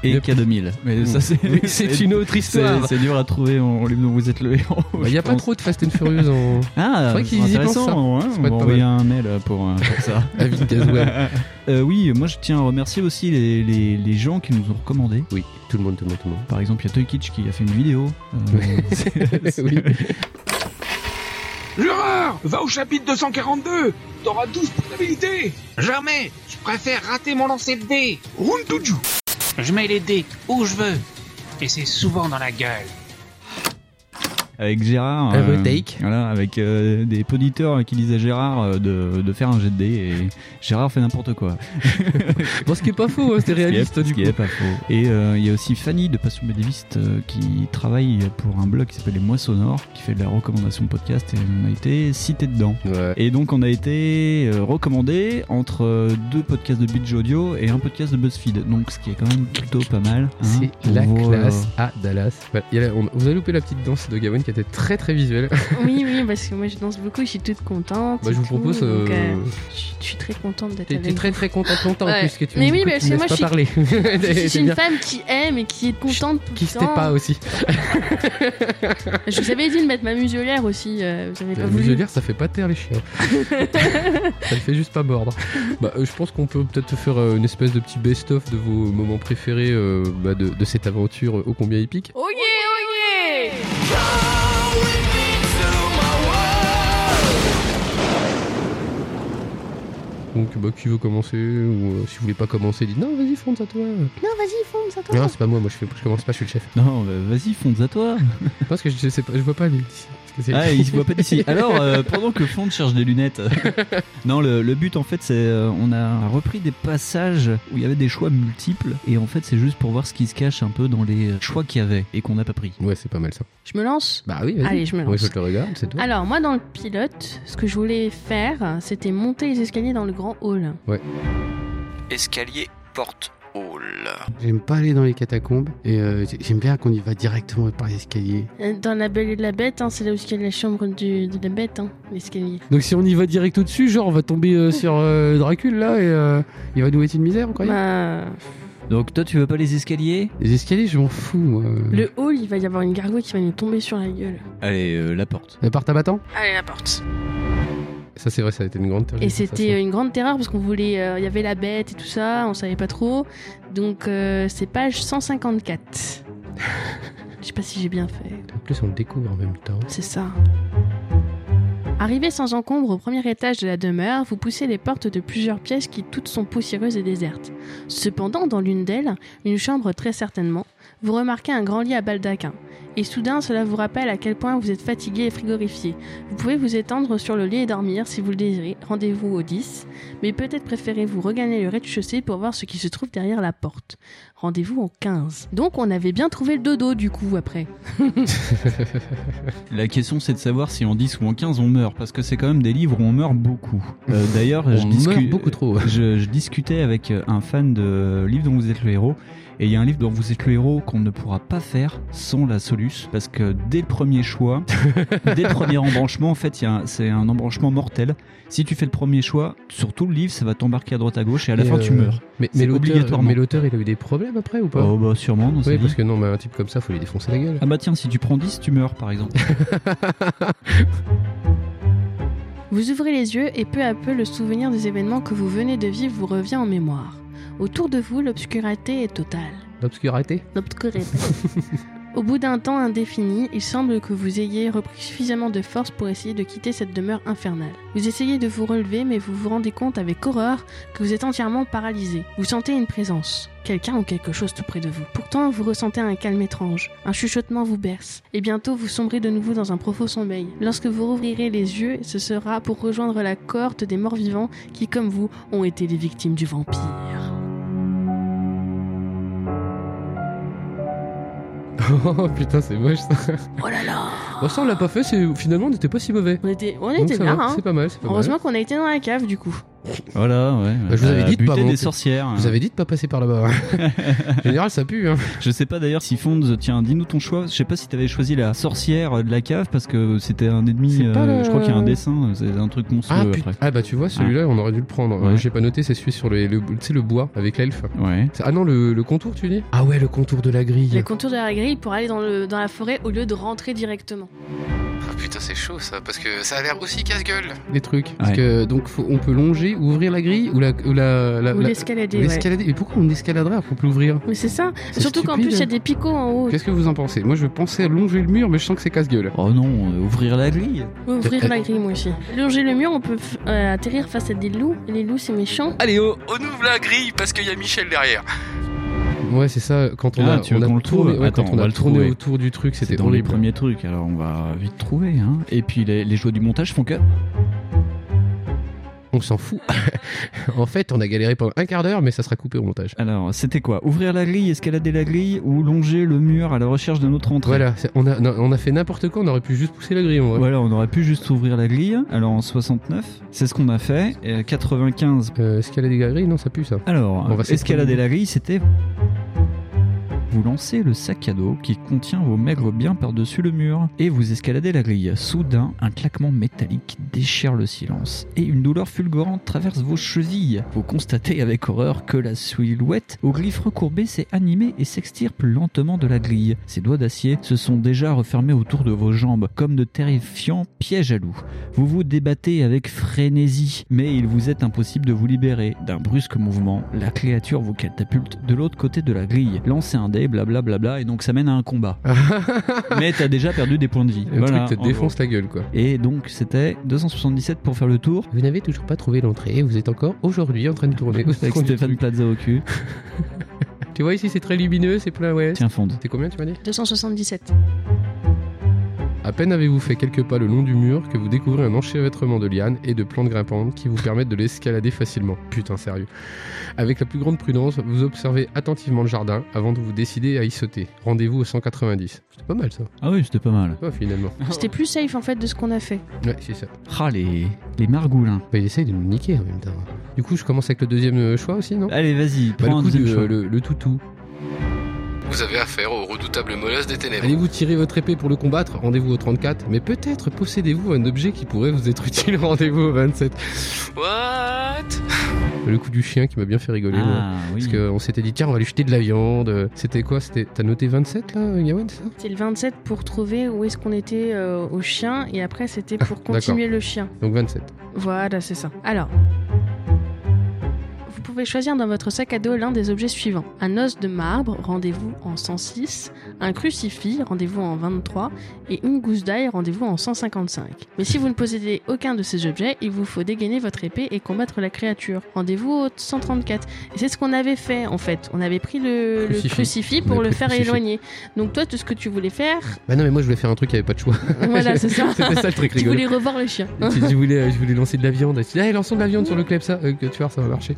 Et
Ne-
K2000. Mais ça, c'est
Oui, c'est une autre
c'est-
histoire.
c'est dur à trouver en livre dont vous êtes le héros.
Il n'y a pas trop de Fast and Furious en
Ah,
Faudrait qu'ils y
intéressant,
pensent, ça.
hein,
Ça peut
on va
être pas
envoyer un mail euh, pour, euh, pour ça.
David Gazwell.
Euh, oui, moi je tiens à remercier aussi les, les- les gens qui nous ont recommandé.
Oui, tout le monde, tout le monde, tout le monde.
Par exemple, il y a Toy Kitsch qui a fait une vidéo. Euh, c'est- c'est-
Oui.
Jureur, va au chapitre 242 T'auras 12 points d'habilité
Jamais Je préfère rater mon lancer de dés
Round to Jew.
Je mets les dés où je veux Et c'est souvent dans la gueule
Avec Gérard.
Un retake.
Voilà, avec euh, des poditeurs qui disaient à Gérard euh, de, de faire un jet de dés et Gérard fait n'importe quoi.
Bon, ce qui est pas faux, hein, c'était réaliste
Ce
du
qui est-
coup.
ce qui est pas faux. Et euh, il y a aussi Fanny de Passion Médéviste euh, qui travaille pour un blog qui s'appelle Les Mois Sonores, qui fait de la recommandation de podcast et on a été cité dedans.
Ouais.
Et donc on a été euh, recommandé entre euh, deux podcasts de Beach Audio et un podcast de BuzzFeed. Donc ce qui est quand même plutôt pas mal. hein.
C'est
On
la
voit,
classe à Dallas. Voilà, il y a la- on- vous avez loupé la petite danse de Gawain qui était très très
Ah,
visuelle.
Oui, oui, parce que moi je danse beaucoup, je suis toute contente.
Bah, je
et
vous
tout,
propose. euh,
donc, euh, je suis- je suis très contente d'être
T'es
avec
t'es très très contente longtemps
Ouais.
en plus que tu
Mais
que
oui,
tu
parce
me
que moi,
laisses
je
pas parler.
vous. Je
C'est
suis une
bien.
femme qui aime et qui est contente tout
Qui
le
c'était
temps.
pas aussi.
Je vous avais dit de mettre ma muselière aussi, euh, vous avez pas
La
voulu.
muselière, ça fait pas taire les chiens. ça le fait juste pas mordre. Bah, euh, je pense qu'on peut peut-être faire euh, une espèce de petit best-of de vos moments préférés euh, bah, de, de cette aventure euh, ô combien épique.
Oh yeah, oh yeah
Donc, bah, qui veut commencer Ou euh, si vous voulez pas commencer, dites non, vas-y, fonce à toi.
Non, vas-y, fonce, attends.
Non, c'est pas moi, moi je, fais, je commence pas, je suis le chef.
Non, bah, vas-y, fonce à toi.
Non, Parce que je, sais pas, je vois pas lui. Parce que c'est-
Ah, il se voit pas d'ici. Alors, euh, pendant que Fonte cherche des lunettes. non, le, le but en fait, c'est. euh, on a repris des passages où il y avait des choix multiples. Et en fait, c'est juste pour voir ce qui se cache un peu dans les choix qu'il y avait et qu'on n'a pas pris.
Ouais, c'est pas mal ça.
Je me lance
Bah oui, vas-y.
Allez, je me lance.
Ouais, je te regarde, c'est tout.
Alors, moi, dans le pilote, ce que je voulais faire, c'était monter les escaliers dans le grand hall.
Escalier, porte, hall.
J'aime pas aller dans les catacombes et euh, j'ai- j'aime bien qu'on y va directement par l'escalier.
Euh, Dans la Belle et la Bête, hein, c'est là où il y a la chambre du- de la bête, hein, l'escalier.
Donc si on y va direct au-dessus, genre on va tomber euh, sur euh, Dracul là et euh, il va nous mettre une misère, vous croyez
Bah,
Donc, toi, tu veux pas les escaliers
Les escaliers, je m'en fous, moi.
le hall, il va y avoir une gargouille qui va nous tomber sur la gueule.
Allez, euh, la porte.
La porte à battant
Allez, la porte.
Ça, c'est vrai, ça a été une grande
Et
tergiversation.
c'était euh, une grande terreur parce qu'on voulait. euh, Il y avait la bête et tout ça, on savait pas trop. Donc, euh, c'est page 154. Je sais pas si j'ai bien fait.
En plus, on le découvre en même temps.
C'est ça. Arrivé sans encombre au premier étage de la demeure, vous poussez les portes de plusieurs pièces qui toutes sont poussiéreuses et désertes. Cependant, dans l'une d'elles, une chambre très certainement, vous remarquez un grand lit à baldaquin. Et soudain, cela vous rappelle à quel point vous êtes fatigué et frigorifié. Vous pouvez vous étendre sur le lit et dormir si vous le désirez. Rendez-vous au 10, mais peut-être préférez-vous regagner le rez-de-chaussée pour voir ce qui se trouve derrière la porte. Rendez-vous au 15. Donc on avait bien trouvé le dodo du coup après. Hmm.
La question, c'est de savoir si en 10 ou en 15, on meurt. Parce que c'est quand même des livres où on meurt beaucoup. Euh, D'ailleurs, je
On
discu-
meurt beaucoup trop.
je, je discutais avec euh, un fan de livre dont vous êtes le héros. Et il y a un livre dont vous êtes le héros qu'on ne pourra pas faire sans la Solus. Parce que dès le premier choix, dès le premier embranchement, en fait, il y a un- c'est un embranchement mortel. Si tu fais le premier choix, sur tout le livre, ça va t'embarquer à droite à gauche et à la
Et,
fin, tu
euh,
meurs.
Mais,
C'est
mais l'auteur,
obligatoirement.
mais l'auteur, il a eu des problèmes après ou pas
Oh, bah, sûrement, dans sa
Oui,
vie.
parce que non, mais un type comme ça, faut lui défoncer la gueule.
Ah bah tiens, si tu prends 10, tu meurs, par exemple.
Vous ouvrez les yeux et peu à peu le souvenir des événements que vous venez de vivre vous revient en mémoire. Autour de vous, l'obscurité est totale.
L'obscurité
L'obscurité. Au bout d'un temps indéfini, il semble que vous ayez repris suffisamment de force pour essayer de quitter cette demeure infernale. Vous essayez de vous relever, mais vous vous rendez compte avec horreur que vous êtes entièrement paralysé. Vous sentez une présence, quelqu'un ou quelque chose tout près de vous. Pourtant, vous ressentez un calme étrange, un chuchotement vous berce, et bientôt vous sombrez de nouveau dans un profond sommeil. Lorsque vous rouvrirez les yeux, ce sera pour rejoindre la cohorte des morts-vivants qui, comme vous, ont été les victimes du vampire.
oh putain, c'est moche ça.
Oh là là
Bon, ça, on l'a pas fait, c'est... finalement, on n'était pas si mauvais.
On était, on
Donc,
était
ça
bien,
va,
hein.
C'est pas mal, c'est pas mal.
Heureusement qu'on a été dans la cave, du coup.
Voilà, ouais.
Bah, je vous avais
Euh,
dit de pas
buter
monter.
des sorcières. hein.
Je Vous avez dit de pas passer par là-bas. en général, ça pue. Hein.
Je sais pas d'ailleurs si Fonz, tiens, dis-nous ton choix. Je sais pas si t'avais choisi la sorcière de la cave parce que c'était un ennemi.
C'est pas
euh,
la-
Je crois qu'il y a un dessin, c'est un truc
Ah,
monstrueux
putain.
après.
ah bah tu vois, celui-là, on aurait dû le prendre.
Ouais.
Euh, J'ai pas noté, c'est celui sur le, le, tu sais, le bois avec l'elfe.
Ouais.
C'est- Ah non, le, le contour, tu dis Ah ouais, le contour de la grille.
Les contours de la grille pour aller dans, le, dans la forêt au lieu de rentrer directement.
Ah, putain, c'est chaud ça, parce que ça a l'air aussi casse-gueule. Les trucs. Parce
Ouais.
que donc faut- on peut longer, ouvrir la grille ou la. Ou la, Euh, la-
Ou
la-
l'escalader,
ou
ouais.
l'escalader. Mais pourquoi on escaladerait après pour l'ouvrir
Mais c'est ça.
C'est
Surtout qu'en
stupide.
plus, il y a des picots en haut.
Qu'est-ce que vous en pensez Moi je pensais à longer le mur, mais je sens que c'est casse-gueule.
Oh non, euh, ouvrir la grille.
Eh,
Ouvrir la grille, moi aussi. Longer le mur, on peut f- euh, atterrir face à des loups. Et les loups, c'est méchant.
Allez, on, on ouvre la grille parce qu'il y a Michel derrière.
Ouais, c'est ça, quand on
Ah,
a,
tu
on
veux
a
qu'on le
tourné,
trouve
ouais,
Attends,
quand
on
on
va
a
le
tourné
trouver.
autour du truc,
C'était
c'était
dans les
horrible.
premiers trucs, alors on va vite trouver. Hein. Et puis les, les joueurs du montage font que.
On s'en fout. en fait, on a galéré pendant un quart d'heure, mais ça sera coupé au montage.
Alors, c'était quoi Ouvrir la grille, escalader la grille ou longer le mur à la recherche d'un autre entrée
Voilà, c'est- on a, non, on a fait n'importe quoi, on aurait pu juste pousser la grille en vrai.
Voilà, on aurait pu juste ouvrir la grille. Alors en 69, c'est ce qu'on a fait. Et à 95.
Euh, escalader la grille, non, ça pue ça.
Alors,
On va
escalader
s'étonner.
la grille, c'était. Vous lancez le sac à dos qui contient vos maigres biens par-dessus le mur et vous escaladez la grille. Soudain, un claquement métallique déchire le silence et une douleur fulgurante traverse vos chevilles. Vous constatez avec horreur que la silhouette aux griffes recourbées s'est animée et s'extirpe lentement de la grille. Ses doigts d'acier se sont déjà refermés autour de vos jambes comme de terrifiants pièges à loups. Vous vous débattez avec frénésie, mais il vous est impossible de vous libérer. D'un brusque mouvement, la créature vous catapulte de l'autre côté de la grille. Lancez un dé, blablabla, et donc ça mène à un combat. mais t'as déjà perdu des points de vie.
Le
Voilà,
truc te
en
défonce
gros.
la gueule quoi.
Et donc c'était 277 pour faire le tour.
Vous n'avez toujours pas trouvé l'entrée, vous êtes encore aujourd'hui en train de tourner. au
Avec
fond du
Stéphane
truc.
Plaza au cul.
Tu vois ici, c'est très lumineux, c'est plein, ouais.
Tiens, fonde.
C'est combien tu m'as dit
277.
À peine avez-vous fait quelques pas le long du mur que vous découvrez un enchevêtrement de lianes et de plantes grimpantes qui vous permettent de l'escalader facilement. Putain, sérieux. Avec la plus grande prudence, vous observez attentivement le jardin avant de vous décider à y sauter. Rendez-vous au 190. C'était pas mal ça.
Ah oui, c'était pas mal.
Ouais, finalement.
C'était plus safe en fait de ce qu'on a fait.
Ouais, c'est ça.
Ah, les, les margoulins.
Bah, il essaye de nous niquer en même temps. Du coup, je commence avec le deuxième euh, choix aussi, non
Allez, vas-y,
Bah, le,
prends un
coup
deuxième
de-
choix.
le, le toutou.
Vous avez affaire au redoutable molosse des ténèbres.
Allez-vous tirer votre épée pour le combattre Rendez-vous au 34. Mais peut-être possédez-vous un objet qui pourrait vous être utile. Rendez-vous au 27.
What
Le coup du chien qui m'a bien fait rigoler. moi.
Ah, oui.
Parce qu'on s'était dit, tiens, on va lui jeter de la viande. C'était quoi C'était T'as noté 27 là, Gawain, c'est ça
C'est le 27 pour trouver où est-ce qu'on était euh, au chien. Et après, c'était
Ah,
pour continuer le chien.
Donc 27.
Voilà, c'est ça. Alors. Vous pouvez choisir dans votre sac à dos l'un des objets suivants. Un os de marbre, rendez-vous en 106, un crucifix, rendez-vous en 23, et une gousse d'ail, rendez-vous en 155. Mais si vous ne possédez aucun de ces objets, il vous faut dégainer votre épée et combattre la créature. Rendez-vous au 134. Et c'est ce qu'on avait fait en fait. On avait pris le le
Crucifix.
crucifix,
On
pour le
avait pris le
faire
crucifix.
éloigner. Donc toi, tout ce que tu voulais faire,
Bah non, mais moi je voulais faire un truc, il n'y avait pas de choix.
voilà, c'est ça.
C'était ça le truc
Tu
rigolo.
voulais revoir le chien.
Et puis, je, voulais, je voulais lancer de la viande. Et tu dis, ah, lançons de la viande sur le club, ça, euh, que tu vois, ça va marcher.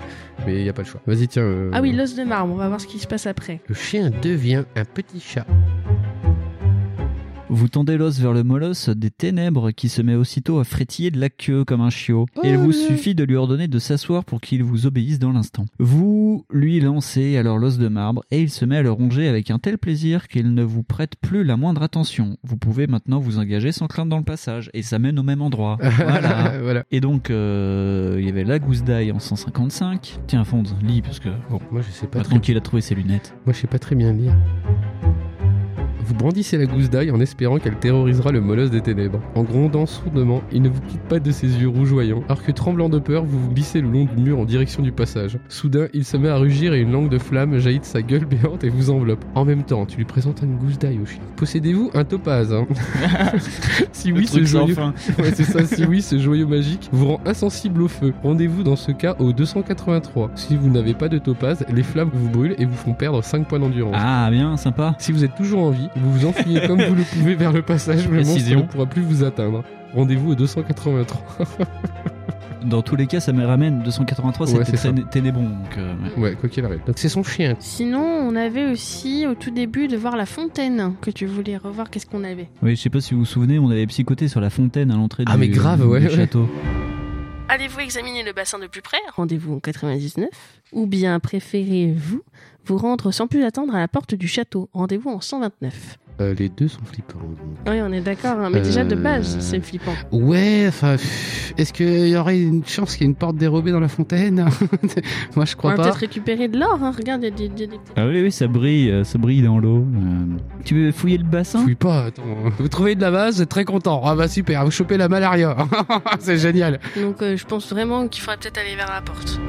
Mais il n'y a pas le choix. Vas-y, tiens. euh,
Ah oui, l'os de marbre, on va voir ce qui se passe après.
Le chien devient un petit chat.
Vous tendez l'os vers le molosse des ténèbres qui se met aussitôt à frétiller de la queue comme un chiot. Il vous suffit de lui ordonner de s'asseoir pour qu'il vous obéisse dans l'instant. Vous lui lancez alors l'os de marbre et il se met à le ronger avec un tel plaisir qu'il ne vous prête plus la moindre attention. Vous pouvez maintenant vous engager sans crainte dans le passage et ça mène au même endroit.
Ah.
Voilà.
voilà.
Et donc, euh, il y avait la gousse d'ail en 155. Tiens, Fonds, lis, parce que, bon,
Moi je sais pas très
maintenant qu'il a trouvé ses lunettes.
Moi, je sais pas très bien lire. Vous brandissez la gousse d'ail en espérant qu'elle terrorisera le molosse des ténèbres. En grondant sourdement, il ne vous quitte pas de ses yeux rougeoyants, alors que tremblant de peur, vous vous glissez le long du mur en direction du passage. Soudain, il se met à rugir et une langue de flamme jaillit de sa gueule béante et vous enveloppe. En même temps, tu lui présentes une gousse d'ail au chien. Possédez-vous un topaz hein Si oui, ce joyeux... Ouais, c'est ça, si oui, ce joyau magique vous rend insensible au feu. Rendez-vous dans ce cas au 283. Si vous n'avez pas de topaz, les flammes vous brûlent et vous font perdre 5 points d'endurance.
Ah, bien, sympa.
Si vous êtes toujours en vie, vous vous enfuyez comme vous le pouvez vers le passage, le monstre
Précision.
ne pourra plus vous atteindre. Rendez-vous au 283.
Dans tous les cas, ça me ramène 283,
Ouais,
c'était
c'est ça.
très ténébron. Donc, euh, ouais.
Ouais, quoi qu'il arrive. Donc c'est son chien.
Sinon, on avait aussi au tout début de voir la fontaine que tu voulais revoir. Qu'est-ce qu'on avait
Oui, je sais pas si vous vous souvenez, on avait psychoté sur la fontaine à l'entrée
Ah,
du,
mais grave,
du
ouais, ouais.
château.
Allez-vous examiner le bassin de plus près Rendez-vous en 99. Ou bien préférez-vous vous rendre sans plus attendre à la porte du château Rendez-vous en 129.
Euh, les deux sont flippants.
Oui, on est d'accord, hein, mais déjà de base,
Euh.
c'est flippant.
Ouais, enfin, pff, est-ce qu'il y aurait une chance qu'il y ait une porte dérobée dans la fontaine Moi, je
On
crois
va
pas.
peut-être récupérer de l'or, hein. regarde, il y a des- des- des-
Ah oui, oui, ça brille, euh, ça brille dans l'eau. Euh, Tu veux fouiller le bassin
Fouille pas, attends. Vous trouvez de la base, vous êtes très content. Ah bah super, vous chopez la malaria. c'est génial.
Donc euh, je pense vraiment qu'il faudrait peut-être aller vers la porte.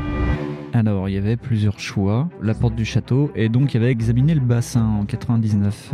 Alors, il y avait plusieurs choix. La porte du château, et donc il y avait examiné le bassin en 99.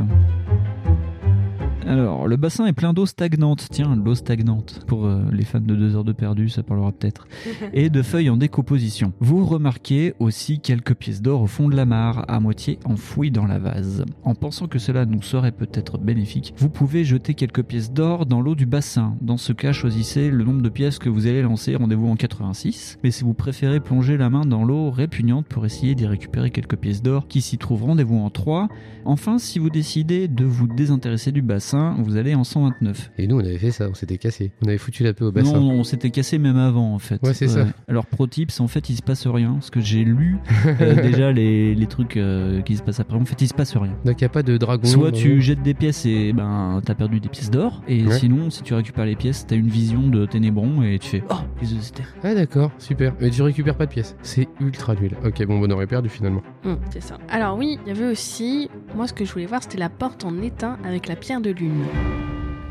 Alors, le bassin est plein d'eau stagnante. Tiens, l'eau stagnante. Pour euh, les fans de 2 heures de perdu, ça parlera peut-être. Et de feuilles en décomposition. Vous remarquez aussi quelques pièces d'or au fond de la mare, à moitié enfouies dans la vase. En pensant que cela nous serait peut-être bénéfique, vous pouvez jeter quelques pièces d'or dans l'eau du bassin. Dans ce cas, choisissez le nombre de pièces que vous allez lancer, rendez-vous en 86. Mais si vous préférez plonger la main dans l'eau répugnante pour essayer d'y récupérer quelques pièces d'or qui s'y trouvent, rendez-vous en 3. Enfin, si vous décidez de vous désintéresser du bassin, vous allez en 129.
Et nous, on avait fait ça, on s'était cassé. On avait foutu la paix au
Non,
bassin.
non, on s'était cassé même avant en fait.
Ouais, c'est ça.
Alors pro tips, en fait, il se passe rien. Parce que j'ai lu euh, déjà les, les trucs euh, qui se passent après. En fait, il se passe rien.
Donc il a pas de dragon.
Soit
non,
tu
non.
jettes des pièces et ben t'as perdu des pièces d'or, et
Ouais.
sinon si tu récupères les pièces, t'as une vision de Ténébron et tu fais oh les œufs de terre.
Ah d'accord, super. Mais tu récupères pas de pièces. C'est ultra nul. Ok, bon, on aurait perdu finalement.
Hum, c'est ça. Alors oui, il y avait aussi, moi ce que je voulais voir, c'était la porte en étain avec la pierre de lune.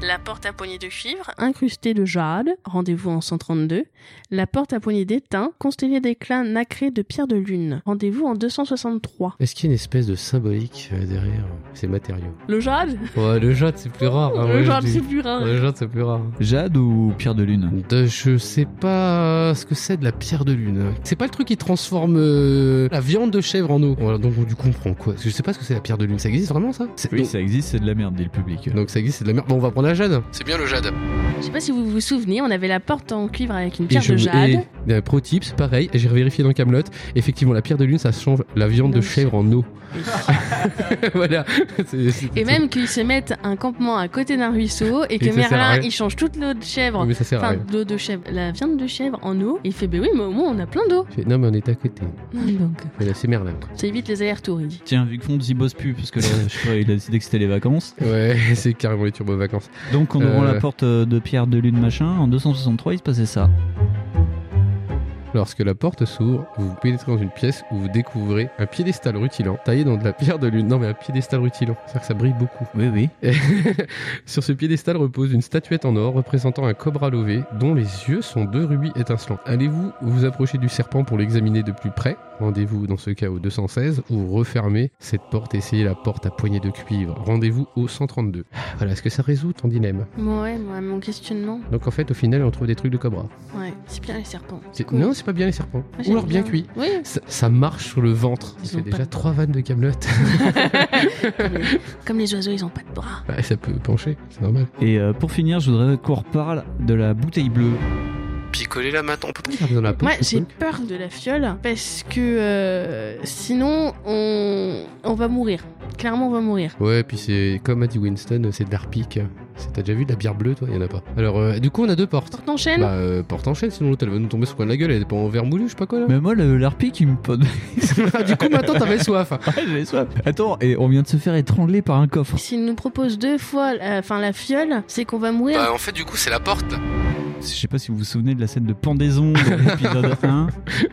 La porte à poignée de cuivre, incrustée de jade, rendez-vous en 132. La porte à poignée d'étain, constellée d'éclats nacrés de pierre de lune, rendez-vous en 263.
Est-ce qu'il y a une espèce de symbolique euh, derrière euh, ces matériaux
Le jade
Ouais, le jade c'est plus rare. hein,
Le jade, c'est plus rare.
Le jade c'est plus rare.
Jade ou Pierre de Lune
De- je sais pas euh, ce que c'est de la pierre de lune. C'est pas le truc qui transforme euh, la viande de chèvre en eau. Voilà, donc du coup on prend quoi Parce que Je sais pas ce que c'est la pierre de lune. Ça existe vraiment ça C'est- donc,
ça existe, c'est de la merde, dit le public.
donc ça existe, c'est de la merde. Bon, on va prendre la jade.
C'est bien le jade.
Je sais pas si vous vous souvenez, on avait la porte en cuivre avec une pierre
je
de
me-
jade.
et, euh, pro tips, pareil, j'ai vérifié dans Camelot. Effectivement, la pierre de lune, ça change la viande de
Non,
chèvre en eau. voilà. C'est- c'est-
Et même qu'ils se mettent un campement à côté d'un ruisseau et que
ça sert à
Merlin
rien.
il change toute l'eau de chèvre,
Mais ça sert à
enfin
rien.
l'eau de chèvre, la viande de chèvre en eau. Et il fait, ben oui, mais au moins on a plein d'eau.
Je fais, Non, mais on est à côté.
Donc
Voilà, c'est Merlin.
ça évite les allers-retours. il dit.
Tiens, vu que Fond y bosse plus, parce que là, je sais pas, il a décidé que c'était les vacances.
Ouais, c'est carrément les turbo vacances.
Donc en ouvrant
Euh.
la porte euh, de Pierre de Lune machin, en 263 il se passait ça.
Lorsque la porte s'ouvre, vous pénétrez dans une pièce où vous découvrez un piédestal rutilant taillé dans de la pierre de lune. Non, mais un piédestal rutilant. C'est-à-dire que ça brille beaucoup.
Oui oui.
Sur ce piédestal repose une statuette en or représentant un cobra lové dont les yeux sont deux rubis étincelants. Allez-vous vous approcher du serpent pour l'examiner de plus près Rendez-vous dans ce cas au 216 ou refermez cette porte, essayez la porte à poignée de cuivre. Rendez-vous au 132. Voilà, est-ce que ça résout ton dilemme
Ouais, ouais, mon questionnement.
Donc en fait, au final, on trouve des trucs de cobra.
Ouais, c'est bien les serpents.
C'est-
cool.
Non, c'est pas bien les serpents.
Moi,
Ou
j'aime
alors bien cuit.
Oui.
Ça, ça marche sur le ventre.
Ils
C'est
ont pas
déjà
de-
trois vannes de camelote.
Comme les oiseaux, ils ont pas de bras.
bah, ça peut pencher, c'est normal.
Et euh, pour finir, je voudrais qu'on reparle de la bouteille bleue.
Picoler là maintenant.
Ça dans la peau,
Moi,
ce
j'ai
truc.
peur de la fiole parce que euh, sinon on on va mourir. Clairement, on va mourir.
Ouais, puis c'est comme a dit Winston, c'est de l'arpic. C'est- T'as déjà vu de la bière bleue, toi Il y en a pas. Alors, euh, du coup, on a deux portes.
Porte en chaîne.
Bah, euh, porte en chaîne, sinon l'autre elle va nous tomber sur le coin de la gueule, elle est pas en verre moulu, je sais pas quoi là.
Mais moi, le- l'arpic, il me pose.
du coup, maintenant t'avais soif.
J'avais soif. Attends, et on vient de se faire étrangler par un coffre.
S'il nous propose deux fois, euh, enfin la fiole, c'est qu'on va mourir.
Bah en fait du coup c'est la porte.
Je sais pas si vous vous souvenez de la scène de pendaison de l'épisode 1 où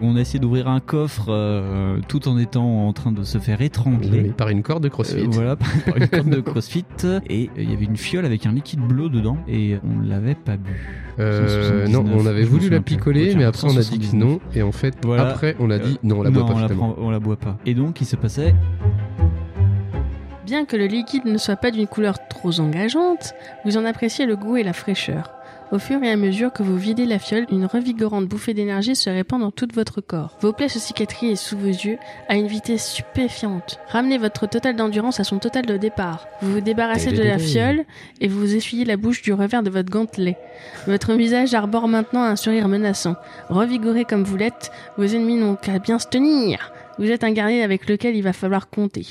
on a essayé d'ouvrir un coffre euh, tout en étant en train de se faire étrangler.
Par une corde de
Euh,
crossfit.
voilà, par une corde de crossfit. Et euh, il y avait une fiole avec un liquide bleu dedans et on l'avait pas bu.
Euh, non,
179,
on avait
je me
voulu
souviens
la
plus.
picoler,
Ok,
mais après on a dit que
179.
non, et en fait,
Voilà.
après on a dit non, on la boit
non,
pas
on la,
finalement.
prend- on la boit pas. Et donc, il se passait.
Bien que le liquide ne soit pas d'une couleur trop engageante, vous en appréciez le goût et la fraîcheur. Au fur et à mesure que vous videz la fiole, une revigorante bouffée d'énergie se répand dans tout votre corps. Vos plaies se cicatrient sous vos yeux à une vitesse stupéfiante. Ramenez votre total d'endurance à son total de départ. Vous vous débarrassez de la fiole et vous vous essuyez la bouche du revers de votre gantelet. Votre visage arbore maintenant un sourire menaçant. Revigoré comme vous l'êtes, vos ennemis n'ont qu'à bien se tenir. Vous êtes un guerrier avec lequel il va falloir compter.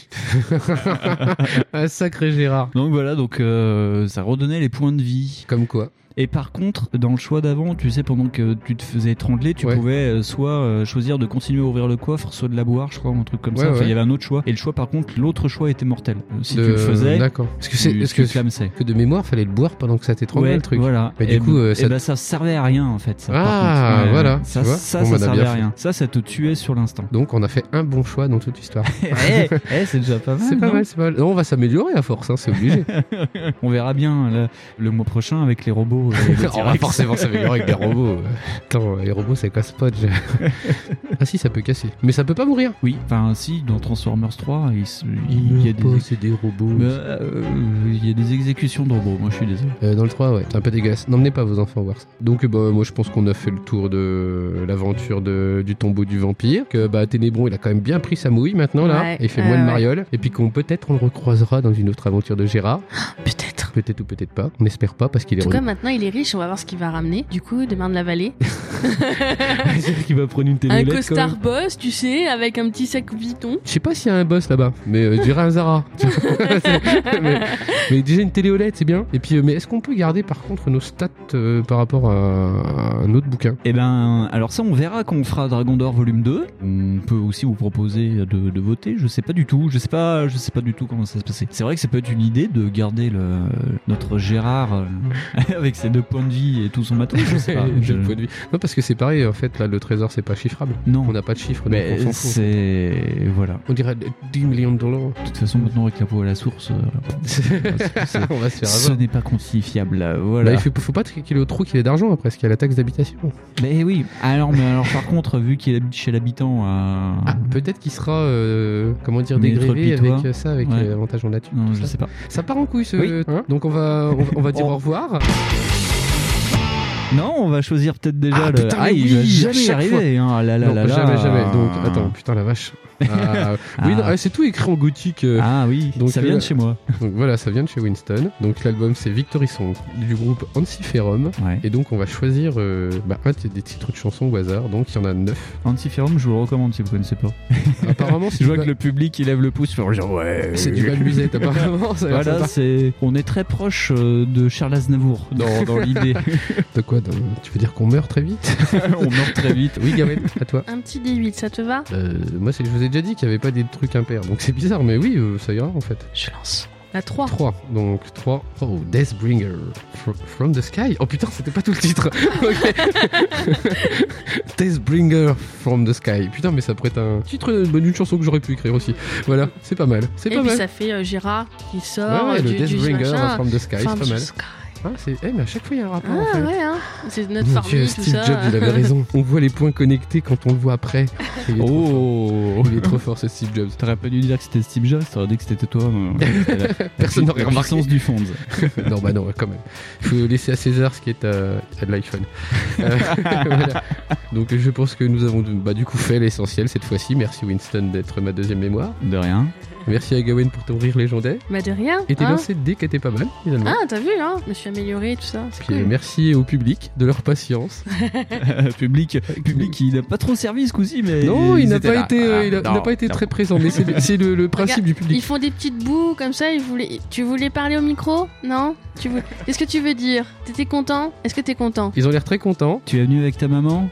Un Ah, sacré Gérard.
Donc voilà, donc euh, ça redonnait les points de vie.
Comme quoi
Et par contre, dans le choix d'avant, tu sais, pendant que tu te faisais étrangler, tu
Ouais.
pouvais euh, soit euh, choisir de continuer à ouvrir le coffre, soit de la boire, je crois, ou un truc comme
Ouais,
ça. Enfin, il
ouais.
y avait un autre choix. Et le choix, par contre, l'autre choix était mortel. Euh, Si
De-
tu le faisais,
D'accord. Est-ce que
tu,
c'est. Est-ce que,
tu clamsais.
que de mémoire, fallait le boire pendant que ça t'étranglait
Ouais,
le truc
Voilà.
Mais du
et
coup, euh,
ça...
ça-
Et bah, ça servait à rien en fait. Ça, par
Ah,
contre. Ouais,
voilà,
Ça,
tu vois.
ça,
Bon, bah,
ça
on a
servait
bien
à
fait.
rien. Ça, ça te tuait sur l'instant.
Donc on a fait un bon choix dans toute l'histoire.
Eh, eh, c'est déjà pas mal.
c'est pas
non
mal, c'est pas mal. Non, on va s'améliorer à force, hein, c'est obligé.
On verra bien le, le mois prochain avec les robots. euh, et les
on va
T-Rex.
Oh, forcément s'améliorer avec des robots. Attends, les robots, c'est quoi Spodge Ah si, ça peut casser. Mais ça peut pas mourir.
Oui, enfin si, dans Transformers 3, il, se- il y a des... ex-
c'est des robots.
Bah, euh, il y a des exécutions de robots, moi je suis désolé.
Euh, dans le 3, ouais, c'est un peu dégueulasse. N'emmenez pas vos enfants voir ça. Donc, euh, bah, moi, je pense qu'on a fait le tour de l'aventure de- du tombeau du vampire. Que bah, Ténébron, il a quand même bien pris sa mouille maintenant, là.
Ouais,
et il fait
ouais,
moins de
ouais.
mariole. Et puis, qu'on peut-être on le recroisera dans une autre aventure de Gérard.
Peut-être.
Peut-être ou peut-être pas. On espère pas parce qu'il
En
est
tout cas,
revenu.
maintenant il est riche, on va voir ce qu'il va ramener. Du coup, des mains de la vallée.
C'est-à-dire qu'il va prendre une
un
téléolette quand même.
costard boss, tu sais, avec un petit sac Vuitton.
Je sais pas s'il y a un boss là-bas, mais euh, je dirais un Zara. mais, mais déjà une télé OLED, c'est bien. Et puis, euh, mais est-ce qu'on peut garder par contre nos stats euh, par rapport à, à un autre bouquin
Eh ben, alors ça, on verra quand on fera Dragon d'Or volume 2. On peut aussi vous proposer de, de voter. Je sais pas du tout. Je sais pas, je sais pas du tout comment ça se passait. C'est vrai que ça peut être une idée de garder le, notre Gérard euh, avec ses deux points de vie et tout son matos. Je sais pas.
De
Je-
point de vue. Non, parce que c'est pareil, en fait, là, le trésor, c'est pas chiffrable.
Non.
On n'a pas de chiffre, donc
Mais
on s'en fout.
c'est voilà.
On dirait 10 millions de dollars.
De toute façon, maintenant avec la peau à la source, euh, c'est-
on va se faire
ce
avoir.
n'est pas quantifiable.
Bah,
Voilà.
il faut, faut pas qu'il ait trop qu'il ait d'argent après, parce qu'il y a la taxe d'habitation.
Mais oui. Alors, mais alors, par contre, vu qu'il habite chez l'habitant, euh,
Ah, peut-être qu'il sera, euh, comment dire,
Maître
dégrévé
Pitois.
avec euh, ça, avec
Ouais.
euh, l'avantage en nature.
non,
tout
je
ça.
sais pas.
Ça part en couille ce.
Oui. Oh.
hein Donc on va, on va, on va dire
On-
au revoir.
Non, on va choisir peut-être déjà
Ah,
le.
putain, mais
ah, il
oui,
va
à
jamais y
chaque
arriver. Hein. Ah Là, là,
non,
là, là.
jamais, jamais. Donc attends, putain la vache. Ah, oui, non, ah, c'est tout écrit en gothique. euh,
Ah oui,
Donc,
ça
euh,
vient de chez moi.
Donc voilà, ça vient de chez Winston. Donc l'album c'est Victory Song du groupe Antiferum.
Ouais.
Et donc on va choisir euh, bah, un t- des titres de chansons au hasard. Donc il y en a neuf.
Antiferum, je vous le recommande si vous connaissez pas.
Apparemment, c'est
Je vois
du
que le public il lève le pouce. genre, ouais.
ba- c'est du Balmusette, apparemment. Ça a l'air
Voilà,
sympa.
c'est. On est très proche euh, de Charles Aznavour dans, dans l'idée.
De quoi dans- Tu veux dire qu'on meurt très vite
on meurt très vite.
Oui, Gaël, à toi.
Un petit D8, ça te va
Euh, moi, c'est- je vous ai déjà dit qu'il n'y avait pas des trucs impairs. Donc c'est bizarre, mais oui, euh, ça ira en fait.
Je lance. La 3.
3. Donc 3. Oh, Deathbringer. Fr- From the Sky. Oh putain, c'était pas tout le titre. Ok. Deathbringer from the Sky. Putain, mais ça prête un titre euh, d'une chanson que j'aurais pu écrire aussi. Voilà, c'est pas mal. C'est
Et
pas
puis
mal.
ça fait euh, Gérard qui sort
Ouais, ouais,
euh,
le
du, du
Deathbringer
machin.
from the Sky, c'est
From
pas
the
mal.
sky.
Ah, c'est... eh, mais à chaque fois, il y a un rapport. en
Ah
fait.
ouais, hein. c'est notre
Mon
formule,
Dieu,
tout
Steve
ça.
Jobs, il avait raison. On voit les points connectés quand on le voit après. Il est trop fort.
Oh
Il est trop fort, ce Steve Jobs.
T'aurais pas dû dire que c'était Steve Jobs, t'aurais dit que c'était toi. mais-
Personne n'aurait
La
remarqué.
puissance du fond.
non, bah non, quand même. Il faut laisser à César ce qui est à, à de l'iPhone. Euh, voilà. Donc je pense que nous avons bah, du coup fait l'essentiel cette fois-ci. Merci Winston d'être ma deuxième mémoire.
De rien.
Merci à Gawain pour ton rire légendaire.
Mais de rien.
Et tes
hein.
lancers de dés qui étaient pas mal finalement.
Ah, t'as vu, hein Je me suis améliorée, tout ça. C'est
Puis, euh,
cool.
merci au public de leur patience.
public, public, il n'a pas trop servi ce coup-ci, mais.
non, il
ils
n'a
étaient
pas,
là.
été, euh,
Ah,
il a- il n'a
non,
pas été
non.
très présent, mais c'est le, c'est le- le principe du
Ils
public.
font des petites boues comme ça. Ils voulaient... Tu voulais parler au micro Non tu voulais... Qu'est-ce que tu veux dire T'étais content Est-ce que t'es content
Ils ont l'air très contents.
Tu es venu avec ta maman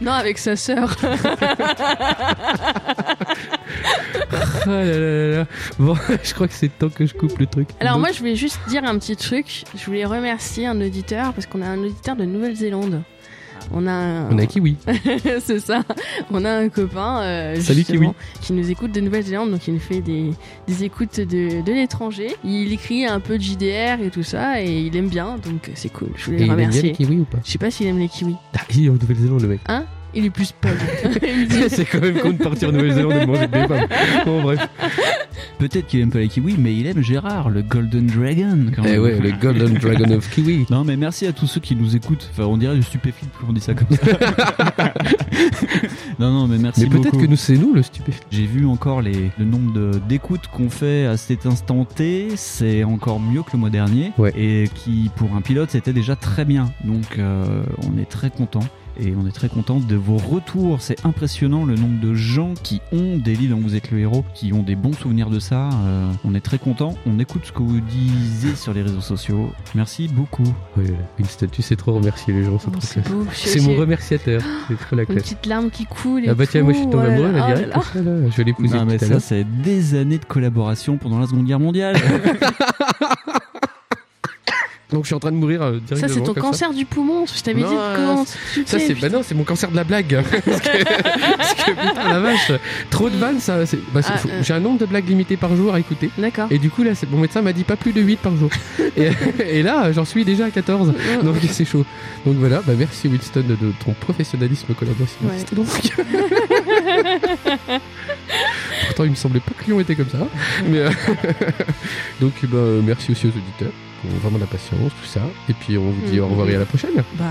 Non, avec sa sœur.
Ah là là là là. Bon, je crois que c'est temps que je coupe le truc.
Alors
Donc,
moi, je voulais juste dire un petit truc. Je voulais remercier un auditeur parce qu'on a un auditeur de Nouvelle-Zélande. On a, un-
Ah. on a Kiwi.
c'est ça. On a un copain euh,
Salut,
justement, qui nous écoute de Nouvelle-Zélande, donc il nous fait des, des écoutes de, de l'étranger. Il écrit un peu de JDR et tout ça, et il aime bien, donc c'est cool. Je voulais
Et
le
il aime bien les
remercier.
Kiwi ou pas
Je sais pas s'il aime les kiwis.
Ah, Il est en Nouvelle-Zélande le mec.
Hein Il est plus Paul. Il dit-
C'est quand même con de partir en Nouvelle-Zélande et de manger que des pommes. Bon, bref.
Peut-être qu'il aime pas les kiwis, mais il aime Gérard, le Golden Dragon. Quand
Eh
même.
ouais, le Golden Dragon of Kiwi.
Non, mais merci à tous ceux qui nous écoutent. Enfin, on dirait du stupéflip quand on dit ça comme ça. non, non, mais merci
Mais peut-être
beaucoup.
que nous, c'est nous le stupéfiant.
J'ai vu encore les, le nombre de- d'écoutes qu'on fait à cet instant T. C'est encore mieux que le mois dernier.
Ouais.
Et qui, pour un pilote, c'était déjà très bien. Donc, euh, on est très content. Et on est très content de vos retours. C'est impressionnant le nombre de gens qui ont des livres dont vous êtes le héros, qui ont des bons souvenirs de ça. Euh, on est très content. On écoute ce que vous disiez sur les réseaux sociaux. Merci beaucoup.
Ouais, Winston, tu sais trop remercier les gens, c'est
Oh,
trop
C'est
classe.
beau.
C'est
J'ai-
mon remerciateur. C'est trop la
Une
classe.
petite larme qui coule. Et
Ah bah tiens, moi je suis
tout,
tombé
oh là
amoureux,
là,
là,
oh
direct.
là là.
comme ça, là. Je vais l'épouser.
Non, Ah, mais
tout à
ça,
l'heure.
c'est des années de collaboration pendant la Seconde Guerre mondiale.
Donc je suis en train de mourir euh,
Ça,
directement.
c'est ton
comme
cancer du poumon. Je t'avais dit
Non, euh,
comment tu
Ça,
fais,
c'est bah non, c'est mon cancer de la blague. parce, que, parce que, putain la vache, trop de vannes ça. c'est- bah, c'est-
Ah,
faut-
euh.
J'ai un nombre de blagues limitées par jour à écouter.
D'accord.
Et du coup là, c'est- mon médecin m'a dit pas plus de 8 par jour. et, et là, j'en suis déjà à 14. Donc c'est chaud. Donc voilà, bah merci Winston de, de ton professionnalisme collaboratif.
Ouais.
C'était donc. Pourtant, il me semblait pas que Lyon était comme ça. Mais euh, donc bah, euh, merci aussi aux auditeurs. qui ont Vraiment de la patience, tout ça. Et puis on vous dit au revoir et à la prochaine.
Bah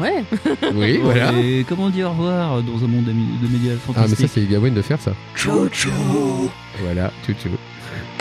ouais.
Oui, voilà.
Et comment dire au revoir dans un monde de médias
Ah, mais ça,
fantastiques
c'est Gawain de faire ça. Ciao, ciao Voilà, ciao, ciao.